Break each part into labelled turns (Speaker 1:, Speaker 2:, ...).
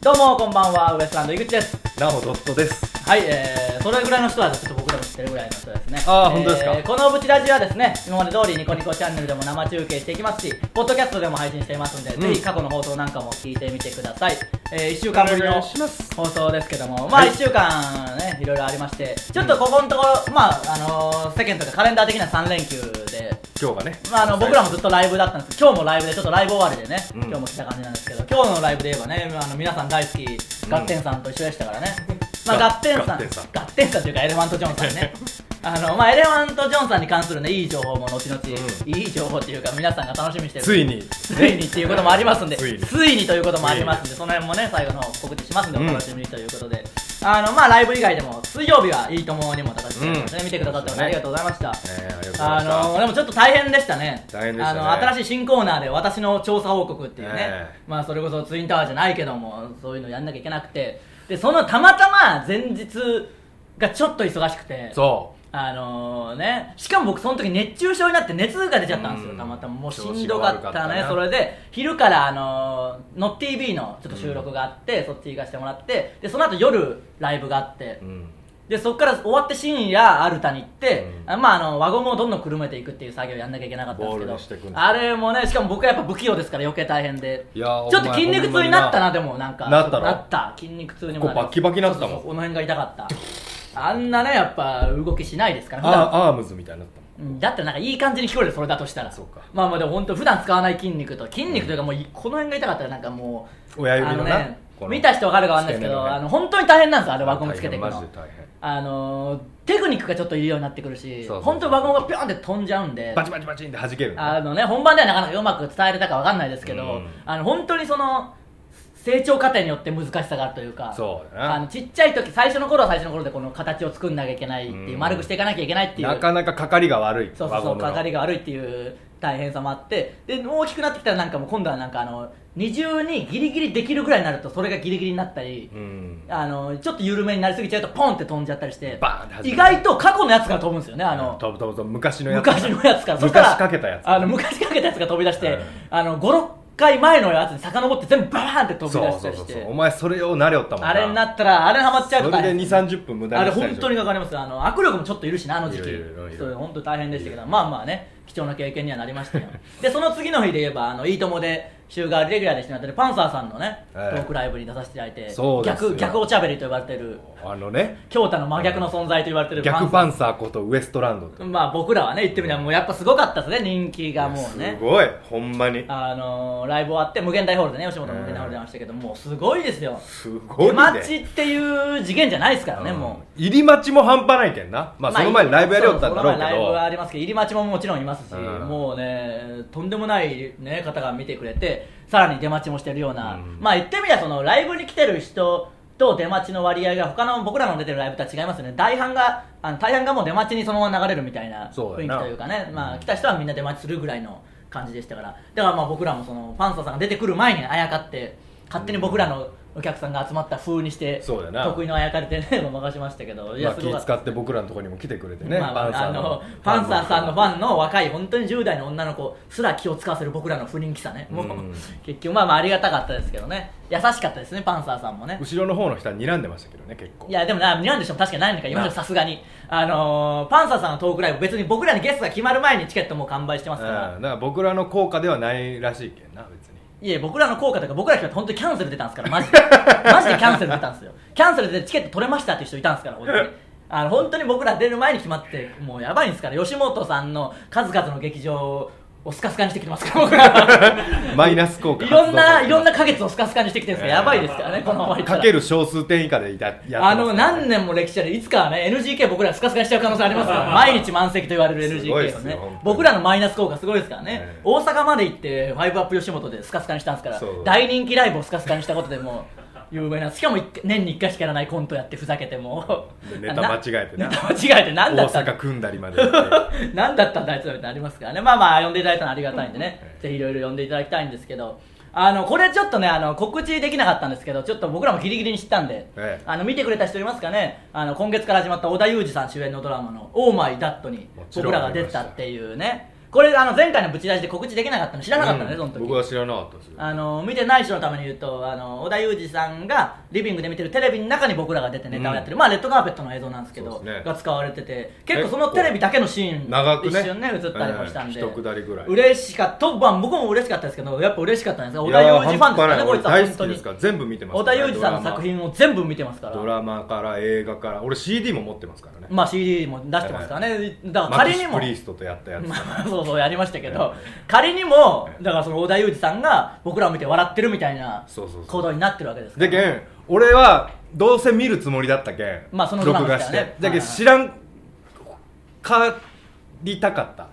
Speaker 1: どうもこんばんはウエストランド井口です
Speaker 2: なおドットです。
Speaker 1: はいえー、それぐらいの人はちょっと僕でも知ってるぐらいの人ですね
Speaker 2: あー
Speaker 1: え
Speaker 2: 本当ですか
Speaker 1: このブチラジはですね今まで通りニコニコチャンネルでも生中継していきますしポッドキャストでも配信していますんで、
Speaker 2: うん
Speaker 1: ぜひ過去の放送なんかも聞いてみてください、え1週間ぶり
Speaker 2: お願
Speaker 1: の
Speaker 2: いします
Speaker 1: 放送ですけどもまあ
Speaker 2: はい
Speaker 1: 1週間ねいろいろありましてちょっとここのところまああのー世間とかカレンダー的な3連休で
Speaker 2: 今日がね。
Speaker 1: まあ、あの僕らもずっとライブだったんですけど今日もライブでちょっとライブ終わりでね、
Speaker 2: うん
Speaker 1: 今日も来た感じなんですけど今日のライブで言えばねあの皆さん大好きガッテンさんと一緒でしたからね、まあ、ガ
Speaker 2: ガ
Speaker 1: ッテンさん
Speaker 2: ガッテンさん
Speaker 1: ガッテンさんというかエレファント・ジョンさん ねあの、まあ、エレファント・ジョンさんに関するねいい情報も後々、
Speaker 2: ん
Speaker 1: いい情報っていうか皆さんが楽しみにしてる
Speaker 2: ついに。
Speaker 1: ついにっていうこともありますんで、つ
Speaker 2: つい
Speaker 1: いに
Speaker 2: に
Speaker 1: ということもありますんで、その辺もね、最後の方告知しますんで、お楽しみにということで、あの、まあ、ライブ以外でも、水曜日はいいともにも出させていただきましたね、
Speaker 2: うん
Speaker 1: 見てくださってもありがとうございました。
Speaker 2: えー、ありがとうございま
Speaker 1: あ
Speaker 2: した。
Speaker 1: のでもちょっと大変でしたね
Speaker 2: 大変でしたね
Speaker 1: あの新しい新コーナーで私の調査報告っていうね、
Speaker 2: ええ
Speaker 1: まあそれこそツインタワーじゃないけどもそういうのやんなきゃいけなくてでそのたまたま前日がちょっと忙しくて
Speaker 2: そ
Speaker 1: あのね、しかも僕その時熱中症になって熱が出ちゃったんですよ、
Speaker 2: うん
Speaker 1: たまたまもうしんどかったね
Speaker 2: 調子が悪かったな
Speaker 1: それで昼から、あのー、のっ TV のちょっと収録があって、そっち行かせてもらってでその後夜ライブがあって、
Speaker 2: う。うん。
Speaker 1: でそこから終わって深夜アルタに行って、
Speaker 2: うん
Speaker 1: あまあ、あの輪ゴムをどんどんくるめていくっていう作業をやんなきゃいけなかったんですけ
Speaker 2: ボール
Speaker 1: ど
Speaker 2: にしていくんですね
Speaker 1: あれもねしかも僕はやっぱ不器用ですから余計大変で
Speaker 2: いやー
Speaker 1: ちょっと筋肉痛になったな
Speaker 2: お前
Speaker 1: でもなんか
Speaker 2: なったろ
Speaker 1: なった筋肉痛にもな
Speaker 2: ここバキバキなったも
Speaker 1: そ
Speaker 2: ん
Speaker 1: うそうそうこの辺が痛かったあんなねやっぱ動きしないですから普段
Speaker 2: あアームズみたいになったもん
Speaker 1: うんだってなんかいい感じに聞こえるそれだとしたら
Speaker 2: そうか
Speaker 1: まあまあでも本当普段使わない筋肉と筋肉というかもういこの辺が痛かったらなんかもう
Speaker 2: 親指
Speaker 1: あ
Speaker 2: の
Speaker 1: の
Speaker 2: な。
Speaker 1: ね
Speaker 2: この
Speaker 1: 見た人わかるかわかんないですけ
Speaker 2: 付け根の
Speaker 1: ど
Speaker 2: ね
Speaker 1: あの本当に大変なんですよあれ輪ゴムつけていく
Speaker 2: 大変
Speaker 1: の
Speaker 2: マジで大変。
Speaker 1: あのーテクニックがちょっといるようになってくるし
Speaker 2: そうそうそう
Speaker 1: 本当に輪ゴムがピョンって飛んじゃうんで
Speaker 2: バチバチバチンって弾けるの
Speaker 1: あ
Speaker 2: ね。
Speaker 1: のね本番ではなかなかうまく伝えれたかわかんないですけど、
Speaker 2: うん
Speaker 1: あの本当にその成長過程によって難しさがあるというか
Speaker 2: そう
Speaker 1: あ
Speaker 2: だ
Speaker 1: の
Speaker 2: な。
Speaker 1: ちっちゃい時最初の頃は最初の頃でこの形を作んなきゃいけないっていう、
Speaker 2: うん
Speaker 1: 丸くしていかなきゃいけないっていう
Speaker 2: なかなかかかりが悪い。
Speaker 1: そうそうそう
Speaker 2: 輪ゴムの
Speaker 1: かかりが悪いっていう大変さもあってで大きくなってきたらなんかもう今度はなんかあの二重にギリギリできるぐらいになるとそれがギリギリになったり、
Speaker 2: うん。
Speaker 1: あのちょっと緩めになりすぎちゃうとポンって飛んじゃったりして
Speaker 2: バーンって弾ける
Speaker 1: 意外と過去のやつから飛ぶんですよねあの、
Speaker 2: 飛ぶ飛ぶ飛ぶ昔のやつ。
Speaker 1: 昔のやつからそしたら
Speaker 2: 昔かけたやつ。
Speaker 1: あの昔かけたやつが飛び出して、
Speaker 2: うん
Speaker 1: あの56回前のやつに遡って全部バーンって飛び
Speaker 2: そ
Speaker 1: 出
Speaker 2: う
Speaker 1: した
Speaker 2: そう
Speaker 1: り
Speaker 2: そ
Speaker 1: し
Speaker 2: う
Speaker 1: て
Speaker 2: そう。お前それを慣れよったもんな。
Speaker 1: あれになったらあれにハマっちゃう
Speaker 2: そ
Speaker 1: と
Speaker 2: れ
Speaker 1: 大
Speaker 2: で
Speaker 1: 変
Speaker 2: 2、30分無駄
Speaker 1: あ
Speaker 2: に
Speaker 1: れ
Speaker 2: したり
Speaker 1: 本当にかかりますあの握力もちょっといるしなあの時期
Speaker 2: いるいるいるいる
Speaker 1: それ本当大変でしたけどまあまあね貴重な経験にはなりましたよでその次の日で言えば「あのいいとも!」で週替わりレギュラーでしてもらってるパンサーさんのね、
Speaker 2: は
Speaker 1: ト
Speaker 2: い
Speaker 1: ークライブに出させていただいて
Speaker 2: そうですよ
Speaker 1: 逆逆おちゃべりと呼ばれてる
Speaker 2: あのね、
Speaker 1: 京太の真逆の存在と言われてる
Speaker 2: 逆
Speaker 1: パ
Speaker 2: パ
Speaker 1: ン
Speaker 2: ンサーことウエストランドと。
Speaker 1: まあ僕らはね言ってみたらもうやっぱすごかったですね人気がもうね
Speaker 2: すごい、ほんまに。
Speaker 1: あのーライブ終わって無限大ホールでね吉本の無限大ホールでやりましたけど、もうすごいですよ
Speaker 2: すごい
Speaker 1: 出
Speaker 2: ね。
Speaker 1: 待ちっていう次元じゃないですからね、もう
Speaker 2: 入り待ちも半端ないけんな、まあ、その前にライブやりよったんだろうけ
Speaker 1: そその前ライブはあ
Speaker 2: ど
Speaker 1: りますけど入り待ちももちろんいますし、
Speaker 2: うん
Speaker 1: もうねとんでもない、ね、方が見てくれてさらに出待ちもしてるような、
Speaker 2: うん
Speaker 1: まあ言ってみればそのライブに来てる人と出待ちの割合が他の僕らの出てるライブとは違いますよね大半があの大半がもう出待ちにそのまま流れるみたいな
Speaker 2: そう
Speaker 1: 雰囲
Speaker 2: だよ
Speaker 1: 気
Speaker 2: な
Speaker 1: というかね、まあ、来た人はみんな出待ちするぐらいの感じでしたからだからまあ僕らもそのパンサーさんが出てくる前にあやかって勝手に僕らのお客さんが集まった風にして
Speaker 2: そうだよな
Speaker 1: 得意のあやかりでね 任しましたけどい
Speaker 2: ま
Speaker 1: や
Speaker 2: あ、
Speaker 1: す
Speaker 2: 気
Speaker 1: ごかった
Speaker 2: 使って僕らのところにも来てくれてね、
Speaker 1: まあ、
Speaker 2: パンサー
Speaker 1: あ
Speaker 2: の
Speaker 1: のパンサーさんのフ
Speaker 2: ン
Speaker 1: ァンの若い本当に10代の女の子すら気を使わせる僕らの不人気さねもう、
Speaker 2: うん
Speaker 1: 結局まあまあありがたかったですけどね優しかったですねパンサーさんもね
Speaker 2: 後ろの方の人は睨んでましたけどね結構
Speaker 1: いやでもな睨んでしょ確かに何人か言いましたさすがにあのーパンサーさんのトークライブ別に僕らにゲストが決まる前にチケットもう完売してますから、
Speaker 2: うん、だから僕らの効果ではないらしいけんな別に
Speaker 1: いや僕らの効果とか僕ら来たら本当にキャンセル出たんですからマジでマジでキャンセル出たんですよキャンセルでチケット取れましたっていう人いたんですから本当にあの本当に僕ら出る前に決まってもうやばいんですから吉本さんの数々の劇場をスカスカにしてきてますから僕 ら
Speaker 2: マイナス効果
Speaker 1: いろんな
Speaker 2: 発動
Speaker 1: いろんな花月をスカスカにしてきてるんですからやばいですからねこのままいった
Speaker 2: からける小数点以下でややってます
Speaker 1: あの何年も歴史あるいつかはね NGK 僕らスカスカにしちゃう可能性あります から毎日満席と言われる
Speaker 2: すごいで
Speaker 1: NGK を
Speaker 2: す
Speaker 1: ね
Speaker 2: よ本当に
Speaker 1: 僕らのマイナス効果すごいですからね、
Speaker 2: ええ
Speaker 1: 大阪まで行って「ファイブアップ吉本」でスカスカにしたんですから
Speaker 2: そう
Speaker 1: 大人気ライブをスカスカにしたことでもう有名なしかも一回年に1回しかやらないコントやってふざけてもう
Speaker 2: でネタ間違えて
Speaker 1: な
Speaker 2: な
Speaker 1: ネタ間違えて何だ
Speaker 2: 大
Speaker 1: ったんだ
Speaker 2: 阪組んだりまでやって
Speaker 1: 何だったんだあいつらみたいなのありますからねまあまあ呼んでいただいたのありがたいんでね
Speaker 2: はい
Speaker 1: ぜひいろいろ呼んでいただきたいんですけどあのこれちょっとねあの告知できなかったんですけどちょっと僕らもギリギリに知ったんで、
Speaker 2: ええ
Speaker 1: あの見てくれた人いますかねあの今月から始まった織田裕二さん主演のドラマの「オーマイ・ダット」に
Speaker 2: もちろん
Speaker 1: 僕らが出たっていうねこれあの前回のぶち出しで告知できなかったの知らなかったのね、
Speaker 2: うん
Speaker 1: その時
Speaker 2: 僕は知らなかったですよ
Speaker 1: あの見てない人のために言うとあの織田裕二さんがリビングで見てるテレビの中に僕らが出てネタをやってる、まあ、レッドカーペットの映像なんですけ
Speaker 2: そ
Speaker 1: ど
Speaker 2: うですね
Speaker 1: が使われてて結構そのテレビだけのシーン
Speaker 2: 長くね
Speaker 1: 一瞬ね映ったりもしたんで、
Speaker 2: ええ一下りぐらい
Speaker 1: 嬉しかったと、まあ、僕も嬉しかったですけどやっぱ嬉しかったんですが織
Speaker 2: い
Speaker 1: 田
Speaker 2: やー
Speaker 1: 裕二ファンですからね
Speaker 2: 半端ない
Speaker 1: こいつは
Speaker 2: 俺大
Speaker 1: 本
Speaker 2: 好
Speaker 1: 当
Speaker 2: きで
Speaker 1: に
Speaker 2: すから全部見てます
Speaker 1: 織田裕二さんの作品を全部見てますから
Speaker 2: ドラマから映画から俺 CD も持ってますからね
Speaker 1: まあ CD も出してますからね、だから
Speaker 2: マッ
Speaker 1: 仮
Speaker 2: ク
Speaker 1: に
Speaker 2: ス・
Speaker 1: も
Speaker 2: プリーストとやったやつ
Speaker 1: まあ、そうそうやりましたけど仮にもだからその織田裕二さんが僕らを見て笑ってるみたいな
Speaker 2: そうそうそう
Speaker 1: 行動になってるわけですから
Speaker 2: でけん俺はどうせ見るつもりだったけん、
Speaker 1: まあそのドラマで
Speaker 2: 録画
Speaker 1: す
Speaker 2: し
Speaker 1: からね
Speaker 2: てだけど
Speaker 1: はい
Speaker 2: 知らんかりたかった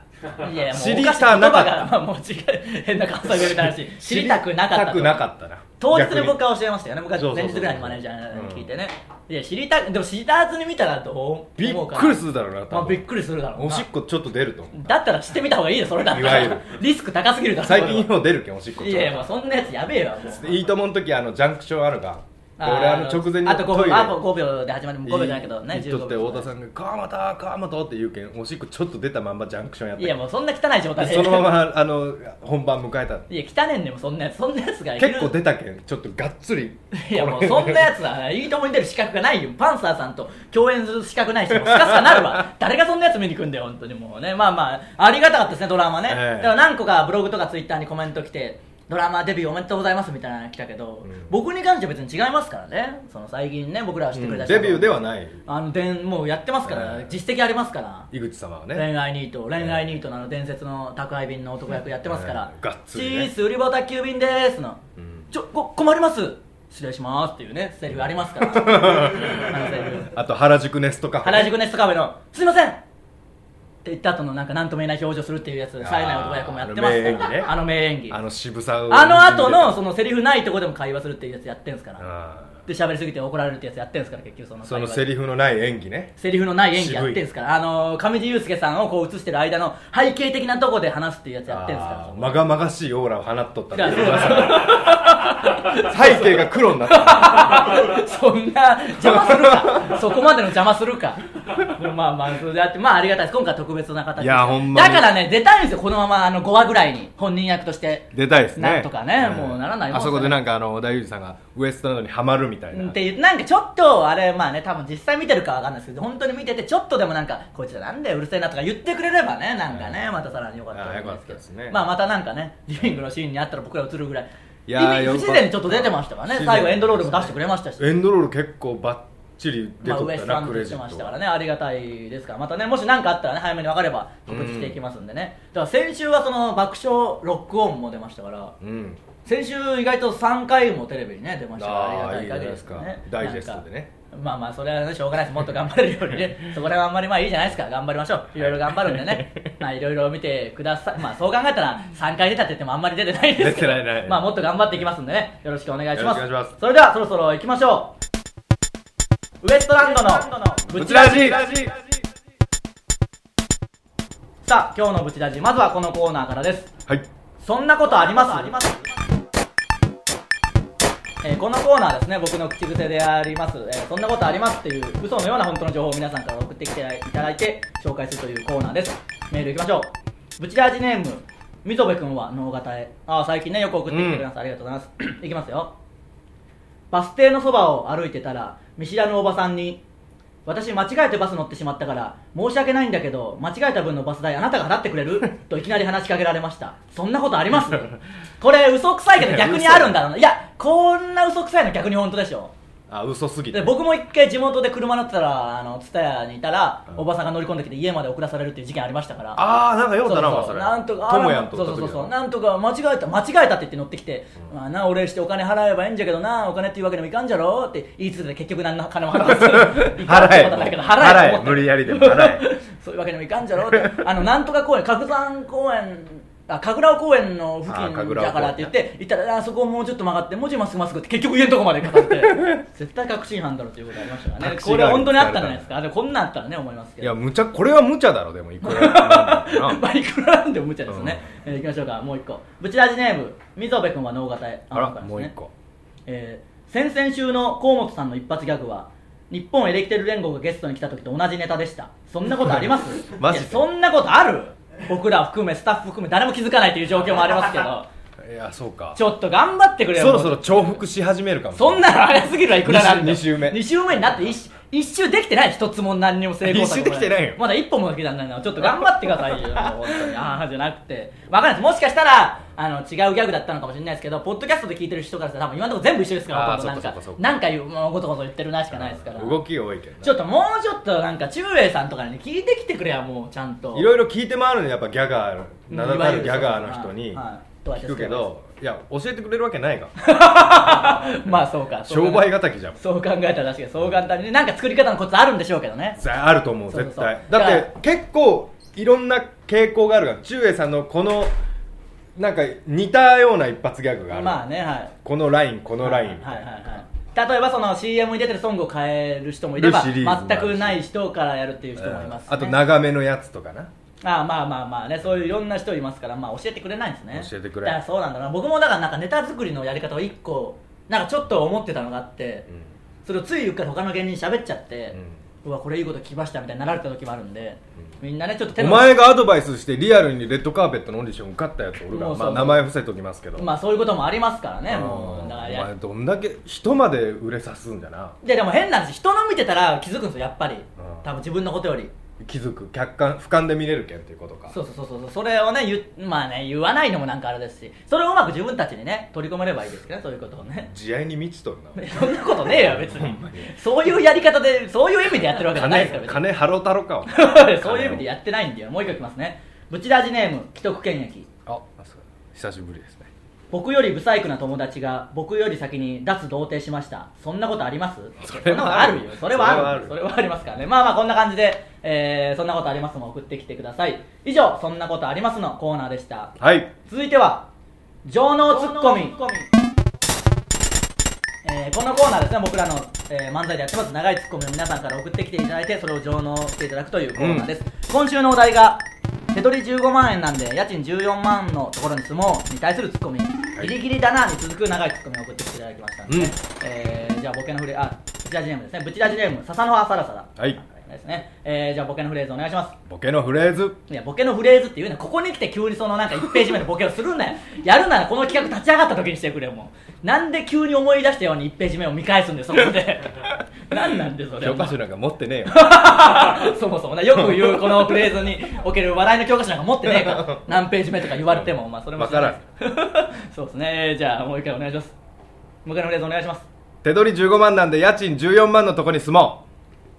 Speaker 1: いやいやもう
Speaker 2: 知り
Speaker 1: おかしい
Speaker 2: たなかった
Speaker 1: 言葉がまあもう違う変な感想が出たらしい知りたくなかった
Speaker 2: 知りた
Speaker 1: と
Speaker 2: くなかったな
Speaker 1: 当日で僕
Speaker 2: 逆に
Speaker 1: は教えましたよね昔
Speaker 2: そうそうそう
Speaker 1: 前日ぐらいにマネージャーに聞いてね、いや知りたくでも知らずに見たらどう
Speaker 2: び
Speaker 1: 思
Speaker 2: っ
Speaker 1: うかな
Speaker 2: くりするだろうな多
Speaker 1: まあ、
Speaker 2: 分
Speaker 1: びっくりするだろう
Speaker 2: お
Speaker 1: な
Speaker 2: しっこちょっと出ると思う
Speaker 1: だったら知ってみた方がいいよそれだった
Speaker 2: いわゆる
Speaker 1: らリスク高すぎるだろ
Speaker 2: 最近よう出るけんおしっこ
Speaker 1: い
Speaker 2: ちょ
Speaker 1: やい
Speaker 2: っ
Speaker 1: やもうそんなやつやべえわもう
Speaker 2: といいともの時あのジャンクションあるがで
Speaker 1: あー
Speaker 2: 俺あの直前に
Speaker 1: あと
Speaker 2: ト
Speaker 1: 5
Speaker 2: イレ
Speaker 1: 秒あと5秒で始まる5秒じゃないけどね
Speaker 2: 言っとって
Speaker 1: 15
Speaker 2: 太
Speaker 1: 秒
Speaker 2: 田さんが「川本川本」って言うけんおしっこちょっと出たまんまジャンクションやっ
Speaker 1: いや
Speaker 2: て
Speaker 1: もうそんな汚い状態で
Speaker 2: そのままあの本番迎えた
Speaker 1: いや汚ねんでもそんなやつそんなやつがいる
Speaker 2: 結構出たけんちょっとがっつり
Speaker 1: いやもうそんなやつはいいともに出る資格がないよパンサーさんと共演する資格ないしもうスカスカなる わ誰がそんなやつ見に行くんだよ本当にもうねまあまあありがたかったですねドラマね、
Speaker 2: ええ
Speaker 1: だから何個かブログとかツイッターにコメント来てドラマデビューおめでとうございますみたいなの来たけど、
Speaker 2: うん
Speaker 1: 僕に関しては別に違いますからねその最近ね僕らは知ってくれた人
Speaker 2: デビューではない
Speaker 1: あのでんもうやってますから、
Speaker 2: ええ
Speaker 1: 実績ありますから
Speaker 2: 井口様はね
Speaker 1: 恋愛ニート恋愛ニートなの伝説の宅配便の男役やってますから
Speaker 2: うん
Speaker 1: 「
Speaker 2: がっつり
Speaker 1: チ
Speaker 2: ね
Speaker 1: ーズ売り場宅急便です」の
Speaker 2: うん
Speaker 1: 「ちょこ困ります失礼します」っていうねセリフあります からあのセリフ
Speaker 2: あと原宿ネストカフェ
Speaker 1: 原宿ネストカフェの「すいません!」って言った後のなんか何とも言えない表情するっていうやつ
Speaker 2: ー
Speaker 1: 冴えない男役もやってますから
Speaker 2: あ
Speaker 1: あの名演技
Speaker 2: あの渋さを
Speaker 1: あの後のそのセリフないとこでも会話するっていうやつやってんすから
Speaker 2: あ
Speaker 1: で喋りすぎて怒られるってやつやってんすから結局その
Speaker 2: ー
Speaker 1: 会話
Speaker 2: そのセリフのない演技ね
Speaker 1: セリフのない演技やってんすからあの上地雄介さんをこう映してる間の背景的なとこで話すっていうやつやってんすから
Speaker 2: あーまがまがしいオーラを放っとったっていう
Speaker 1: いや
Speaker 2: 背景が黒に なった
Speaker 1: そんな邪魔するかそこまでの邪魔するかでもまあまあそれであってまあありがたいです今回は特別な形で
Speaker 2: いやほんま
Speaker 1: だ
Speaker 2: に
Speaker 1: からね出たいんですよこのままあの5話ぐらいに本人役として
Speaker 2: 出たいですね
Speaker 1: なんとかねもうならないもんです
Speaker 2: あ
Speaker 1: ね
Speaker 2: そこでなんかあの織田裕二さんがウエストなどにはまるみたいな
Speaker 1: っていうなんかちょっとあれまあね多分実際見てるかわかんないですけど本当に見ててちょっとでもなんかこいつらなんでうるせえなとか言ってくれればねなんかね、またさらに良かったと思うん
Speaker 2: あよかったですね
Speaker 1: まあまたなんかねリビングのシーンにあったら僕ら映るぐらい
Speaker 2: いやー
Speaker 1: リビング
Speaker 2: よ
Speaker 1: 不
Speaker 2: か
Speaker 1: 自
Speaker 2: った
Speaker 1: 然にちょっと出てましたから
Speaker 2: 不
Speaker 1: ね
Speaker 2: 自然
Speaker 1: 最後エンドロールも出してくれましたし
Speaker 2: エンドロール結構バッチリ出
Speaker 1: まあ、
Speaker 2: と
Speaker 1: ウ
Speaker 2: っ
Speaker 1: エス
Speaker 2: た
Speaker 1: トラ
Speaker 2: な
Speaker 1: ンド
Speaker 2: クレジ
Speaker 1: 出
Speaker 2: ッ
Speaker 1: まし
Speaker 2: ト
Speaker 1: たから
Speaker 2: は
Speaker 1: ねありがたいですからまたねもし何かあったらね早めに分かれば告知していきますんでね、だから先週はその爆笑ロックオンも出ましたから
Speaker 2: うん
Speaker 1: 先週意外と3回もテレビにね出ましたからありが
Speaker 2: あ
Speaker 1: た
Speaker 2: ー
Speaker 1: い限りで
Speaker 2: いいじゃないですす
Speaker 1: け
Speaker 2: か
Speaker 1: どね
Speaker 2: ダイジェストでね
Speaker 1: なんかまあまあそれはねしょうがないですもっと頑張れるようにね そこら辺はあんまりまあいいじゃないですか頑張りましょういろいろ頑張るんで ねまあいろいろ見てくださいまあそう考えたら3回出たって言ってもあんまり出てないですけど
Speaker 2: 出てないない
Speaker 1: まあもっと頑張っていきますんでねよろしくお願いします
Speaker 2: よろしくお願いします
Speaker 1: それではそろそろ行きましょうウエストランドのブ
Speaker 2: ブ
Speaker 1: チ
Speaker 2: チ
Speaker 1: ラ
Speaker 2: ラ
Speaker 1: ジ
Speaker 2: ジ
Speaker 1: さあ今日のブチラジまずはこのコーナーからです
Speaker 2: はい
Speaker 1: そんなことありますありますえーこのコーナーですね僕の口癖であります、えーそんなことありますっていう嘘のような本当の情報を皆さんから送ってきていただいて紹介するというコーナーですメールいきましょうブチラージネームみぞべくんは脳型へああ最近ねよく送ってきてくれます、ありがとうございます いきますよバス停のそばを歩いてたら見知らぬおばさんに「私間違えてバス乗ってしまったから申し訳ないんだけど間違えた分のバス代あなたが払ってくれる?」といきなり話しかけられましたそんなことありますこれ嘘くさいけど逆にあるんだろうないやこんな嘘くさいの逆に本当でしょ
Speaker 2: あ嘘すぎて
Speaker 1: で僕も一回地元で車乗ってたらあの蔦屋にいたら、
Speaker 2: うん
Speaker 1: おばさんが乗り込んできて家まで送らされるっていう事件ありましたから
Speaker 2: ああなんかようだなお
Speaker 1: そうそ
Speaker 2: 前そうれ
Speaker 1: なんとかあ
Speaker 2: ともやんと
Speaker 1: そう
Speaker 2: おった
Speaker 1: そう
Speaker 2: 時
Speaker 1: そうそう
Speaker 2: だな
Speaker 1: なんとか間違えた間違えたって言って乗ってきて、まあなお礼してお金払えばいいんじゃけどなお金っていうわけにもいかんじゃろって言い続けて結局何の金も払わずいかんってことないけど払え
Speaker 2: 払え無理やりでも払え
Speaker 1: そういうわけにもいかんじゃろってあのなんとか公園角山公園あ神楽公園の付
Speaker 2: あ神
Speaker 1: 近
Speaker 2: 楽
Speaker 1: だからって言って行ったらあそこをもうちょっと曲がってもうちょいまっすぐまっすぐって結局家のとこまでかかって絶対確信犯だろうということありましたからね
Speaker 2: タクシ
Speaker 1: こ
Speaker 2: ー代
Speaker 1: れ
Speaker 2: わ
Speaker 1: は
Speaker 2: り
Speaker 1: 本
Speaker 2: に
Speaker 1: 当にあ
Speaker 2: 使わ
Speaker 1: った
Speaker 2: れた
Speaker 1: んじゃないですかでこんなんあったらね思いますけ
Speaker 2: い
Speaker 1: ど
Speaker 2: や無茶これは無茶だろでもいくらなん だろう
Speaker 1: ま
Speaker 2: な
Speaker 1: あ、いくらなんでも無茶ですね、えー行きましょうかもう一個ブチラジネーム溝部君は脳型へ
Speaker 2: あ
Speaker 1: の
Speaker 2: ら
Speaker 1: 方ら
Speaker 2: もう
Speaker 1: です
Speaker 2: 一
Speaker 1: ね
Speaker 2: 個
Speaker 1: えー先々週の河本さんの一発ギャグは日本エレキテル連合がゲストに来た時と同じネタでしたそんなことあります
Speaker 2: マジで
Speaker 1: いやそんなことある僕ら含めスタッフ含め誰も気づかないという状況もありますけ ど
Speaker 2: いやそうか
Speaker 1: ちょっと頑張ってくれよ
Speaker 2: そろそろ重複し始めるかも
Speaker 1: そんなの早すぎるわいくらなんで
Speaker 2: 二周二周目
Speaker 1: 2周目になって一周一周できてない一つも何にも成功策も
Speaker 2: 一周できてないよ
Speaker 1: まだ一歩もできたんないのちょっと頑張ってくださいよもう本当にああじゃなくてわかんないですもしかしたらあの違うギャグだったのかもしれないですけどポッドキャストで聞いてる人からしたら多分今のところ全部一緒ですから
Speaker 2: あー
Speaker 1: ほとんど
Speaker 2: そ
Speaker 1: な
Speaker 2: っか
Speaker 1: んか
Speaker 2: そっかそっか
Speaker 1: なんか言うもうごとごと言ってるなしかないですから
Speaker 2: 動きが多いけどな
Speaker 1: ちょっともうちょっとなんか中英さんとかに聞いてきてくれやもうちゃんと
Speaker 2: いろいろ聞いて回るのやっぱギャガー
Speaker 1: うん
Speaker 2: 名だたるギャガーの人に
Speaker 1: いわゆるそう
Speaker 2: 聞
Speaker 1: で
Speaker 2: く
Speaker 1: す
Speaker 2: け
Speaker 1: ねはい
Speaker 2: どいや教えてくれるわけないが
Speaker 1: まあそうかそう
Speaker 2: 商
Speaker 1: 考
Speaker 2: 売
Speaker 1: え
Speaker 2: 敵じゃん
Speaker 1: そう考えたら確かにそう簡単にねなんか作り方のコツあるんでしょうけどね
Speaker 2: 絶対あると思う
Speaker 1: そうそう
Speaker 2: 絶
Speaker 1: そう
Speaker 2: 対だって結構いろんな傾向があるが中英さんのこのなんか似たような一発ギャグがある、
Speaker 1: まあねはい
Speaker 2: このラインこのラインみたいな、
Speaker 1: はいはいはい例えばその CM に出てるソングを変える人もいれば
Speaker 2: るシリーズもあるし
Speaker 1: 全くない人からやるっていう人もいます、ね、
Speaker 2: あと長めのやつとかな
Speaker 1: ああまあまあまあねそういういろんな人いますから、まあ、教えてくれないんですね
Speaker 2: 教えてくれ
Speaker 1: だからそうなんだな僕もだからなんかネタ作りのやり方を一個なんかちょっと思ってたのがあって、
Speaker 2: う
Speaker 1: それをついうっかり他の芸人に喋っちゃって、うわこれいいこと聞きましたみたいになられた時もあるんで、みんなねちょっと
Speaker 2: んお
Speaker 1: の
Speaker 2: 前がアドバイスしてリアルにレッドカーペットのオーディション受かったやつ俺
Speaker 1: も
Speaker 2: が、
Speaker 1: うそ
Speaker 2: ま
Speaker 1: う
Speaker 2: あ、名前伏せときますけど、
Speaker 1: まあそういうこともありますからね
Speaker 2: うん
Speaker 1: もうだから
Speaker 2: お前
Speaker 1: や
Speaker 2: どんだけ人まで売れさすんだない
Speaker 1: やでも変なんです人の見てたら気づくんですよやっぱり多分自分のことより
Speaker 2: 気づく客観俯瞰で見れるけんっていうことか
Speaker 1: そうそうそうそうそれをね言,、まあ、ね言わないのもなんかあれですしそれをうまく自分たちにね取り込めればいいですけどねそういうことをね
Speaker 2: 慈愛に満ちとるな
Speaker 1: そんなことねえよ別にそういうやり方でそういう意味でやってるわけじゃないですから
Speaker 2: 金
Speaker 1: 別に
Speaker 2: 金ハロタロか
Speaker 1: そういう意味でやってないんだよもう一回いきますねブチラジネーム既得権益
Speaker 2: ああそう久しぶりですね
Speaker 1: 僕よりブサイクな友達が僕より先に脱童貞しましたそんなことあります
Speaker 2: そ
Speaker 1: そ
Speaker 2: れ
Speaker 1: んなこと
Speaker 2: は
Speaker 1: あ
Speaker 2: ある
Speaker 1: るよそれはある
Speaker 2: そ
Speaker 1: そ
Speaker 2: れ
Speaker 1: れはありますからねまあまあこんな感じで、えーそんなことありますも送ってきてください以上「そんなことあります」のコーナーでした
Speaker 2: はい
Speaker 1: 続いては情能ツッコミえーこのコーナーですね僕らの、えー漫才でやってます長いツッコミを皆さんから送ってきていただいてそれを上納していただくというコーナーです、今週のお題が手取り15万円なんで家賃14万のところに住もうに対するツッコミ、
Speaker 2: い
Speaker 1: ギリギリだなに続く長いツッコミを送ってきていただきましたので、
Speaker 2: うん
Speaker 1: えーじゃあボケのフレあブチラジネームですねブチラジネーム笹の葉サラサラ
Speaker 2: はい
Speaker 1: ですね、えーじゃあボケのフレーズお願いします
Speaker 2: ボケのフレーズ
Speaker 1: いや、ボケのフレーズっていうね、ここに来て急にそのなんか1ページ目のボケをするなよ。やるならこの企画立ち上がった時にしてくれよ、もう。なんで急に思い出したように1ページ目を見返すんで、そこで。なんなんで、それ。
Speaker 2: 教科書なんか持ってねえよ
Speaker 1: そもそもね、よく言うこのフレーズにおける笑いの教科書なんか持ってねえから。何ページ目とか言われても、まあそれも知ないです。 そうですね、じゃあもう一回お願いします。もう一回のフレーズお願いします。
Speaker 2: 手取り15万なんで家賃14万のとこに住も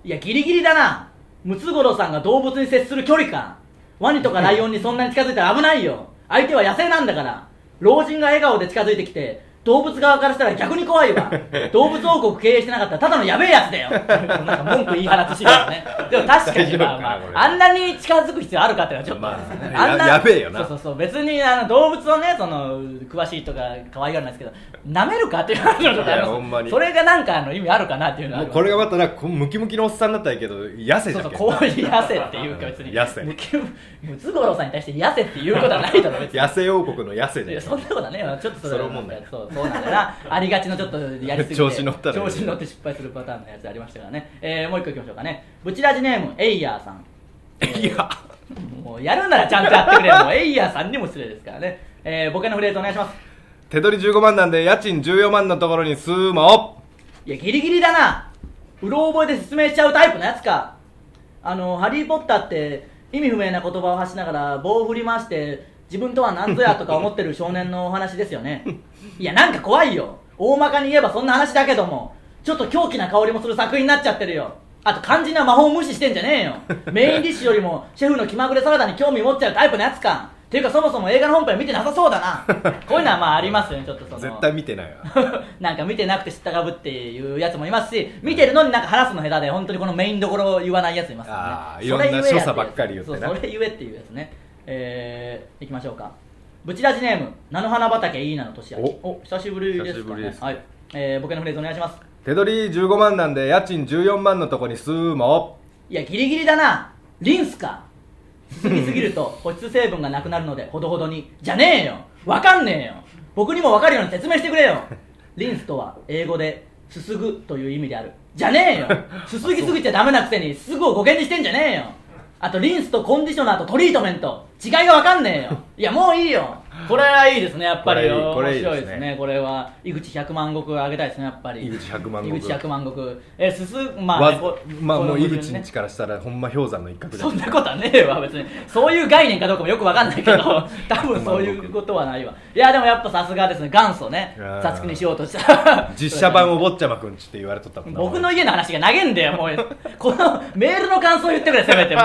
Speaker 1: いや、ギリギリだな。ムツゴロウさんが動物に接する距離感。ワニとかライオンにそんなに近づいたら危ないよ。相手は野生なんだから。老人が笑顔で近づいてきて、動物側からしたら逆に怖い わ。動物王国経営してなかったらただのやべえやつだよ。なんか文句言い放つシーンですね。でも確か
Speaker 2: 大丈
Speaker 1: に、
Speaker 2: 夫か
Speaker 1: ま
Speaker 2: な
Speaker 1: あまあ
Speaker 2: これ、
Speaker 1: あんなに近づく必要あるかってのはちょっと、
Speaker 2: まあね
Speaker 1: あんな
Speaker 2: ややべえよな
Speaker 1: そうそうそう別にあの動物をねその詳しいとか可愛がらないですけど舐めるかっていう話のとかあり
Speaker 2: いや
Speaker 1: ます
Speaker 2: ほんまに
Speaker 1: それがなんかあの意味あるかなっていう
Speaker 2: う
Speaker 1: のはあ
Speaker 2: もう
Speaker 1: る
Speaker 2: これがまたなこうムキムキのおっさんだったらいいけど痩せじ
Speaker 1: そう
Speaker 2: ゃ
Speaker 1: そ
Speaker 2: ん
Speaker 1: う、こ
Speaker 2: けん
Speaker 1: ういう痩せっていうか別に。
Speaker 2: 痩せ
Speaker 1: ムキムムツゴロウさんに対して痩せっていうことはないだろ、別に。
Speaker 2: 痩せ王国の痩せ
Speaker 1: い
Speaker 2: じゃ
Speaker 1: や
Speaker 2: ん
Speaker 1: そんなことはねえわちょっとそれ
Speaker 2: それもんだよ
Speaker 1: そうそうなんだなありがちのちょっとやりすぎて
Speaker 2: 調子乗ったらね
Speaker 1: 調子乗って失敗するパターンのやつありましたからね、えーもう一個いきましょうかねブチラジネームエイヤーさん
Speaker 2: いや
Speaker 1: もうやるならちゃんとやってくれよもうエイヤーさんにも失礼ですからね、えーボケのフレーズお願いします
Speaker 2: 手取り15万なんで家賃14万のところに住も
Speaker 1: いや、ギリギリだな。うろ覚えで説明しちゃうタイプのやつか。あの、ハリー・ポッターって意味不明な言葉を発しながら棒を振り回して自分とは何ぞやとか思ってる少年のお話ですよ ね。いや、なんか怖いよ。大まかに言えばそんな話だけども、ちょっと狂気な香りもする作品になっちゃってるよ。あと肝心な魔法を無視してんじゃねえよ。メインディッシュよりもシェフの気まぐれサラダに興味持っちゃうタイプのやつか。っていうかそもそも映画の本編見てなさそうだ な。こういうのはまあありますよね、ちょっとその。
Speaker 2: う絶対見てない わ
Speaker 1: なんか見てなくて知ったかぶっていうやつもいますし見てるのになんか話すの下手で本当にこのメインどころを言わないやついますか
Speaker 2: あー
Speaker 1: らねそれ
Speaker 2: いろんな
Speaker 1: ゆえや
Speaker 2: 所作ばっかり言ってな
Speaker 1: そうそれゆえっていうやつねえー、いきましょうかブチラジネーム菜の花畑いいなの年明
Speaker 2: お
Speaker 1: お久しぶりです
Speaker 2: 久しぶ
Speaker 1: か
Speaker 2: り
Speaker 1: ね
Speaker 2: です
Speaker 1: はい、えー、僕のフレーズお願いします
Speaker 2: 手取り15万なんで家賃14万のとこに住も
Speaker 1: いやギリギリだなリンスか進みすぎると 保湿成分がなくなるのでほどほどにじゃねえよわかんねえよ僕にもわかるように説明してくれよリンスとは英語ですす ぐという意味であるじゃねえよすすぎすぎちゃダメなくせにすぐを語源にしてんじゃねえよあとリンスとコンディショナーとトリートメント違いが分かんねえよいやもういいよこれはいいですねやっぱり
Speaker 2: これいい
Speaker 1: 面白
Speaker 2: これ
Speaker 1: いで
Speaker 2: いいですす
Speaker 1: ね
Speaker 2: ね
Speaker 1: これは井口100万石あげたいですねやっぱり
Speaker 2: 井口100万石
Speaker 1: 井口100万石えすすまあ
Speaker 2: わ
Speaker 1: ねこ
Speaker 2: まあ
Speaker 1: この
Speaker 2: もう井口
Speaker 1: 矛盾ね
Speaker 2: んちからしたらほんま氷山の一角だ
Speaker 1: そんなことはねえわ別にそういう概念かどうかもよくわかんないけ ど多分そういうことはないわいやでもやっぱさすがですね元祖ね
Speaker 2: いやー
Speaker 1: サツキにしようとした
Speaker 2: 実写版を坊ちゃまくんちって言われとったもん な
Speaker 1: 僕の家の話が長えんだよもうこのメールの感想言ってくれせめて もう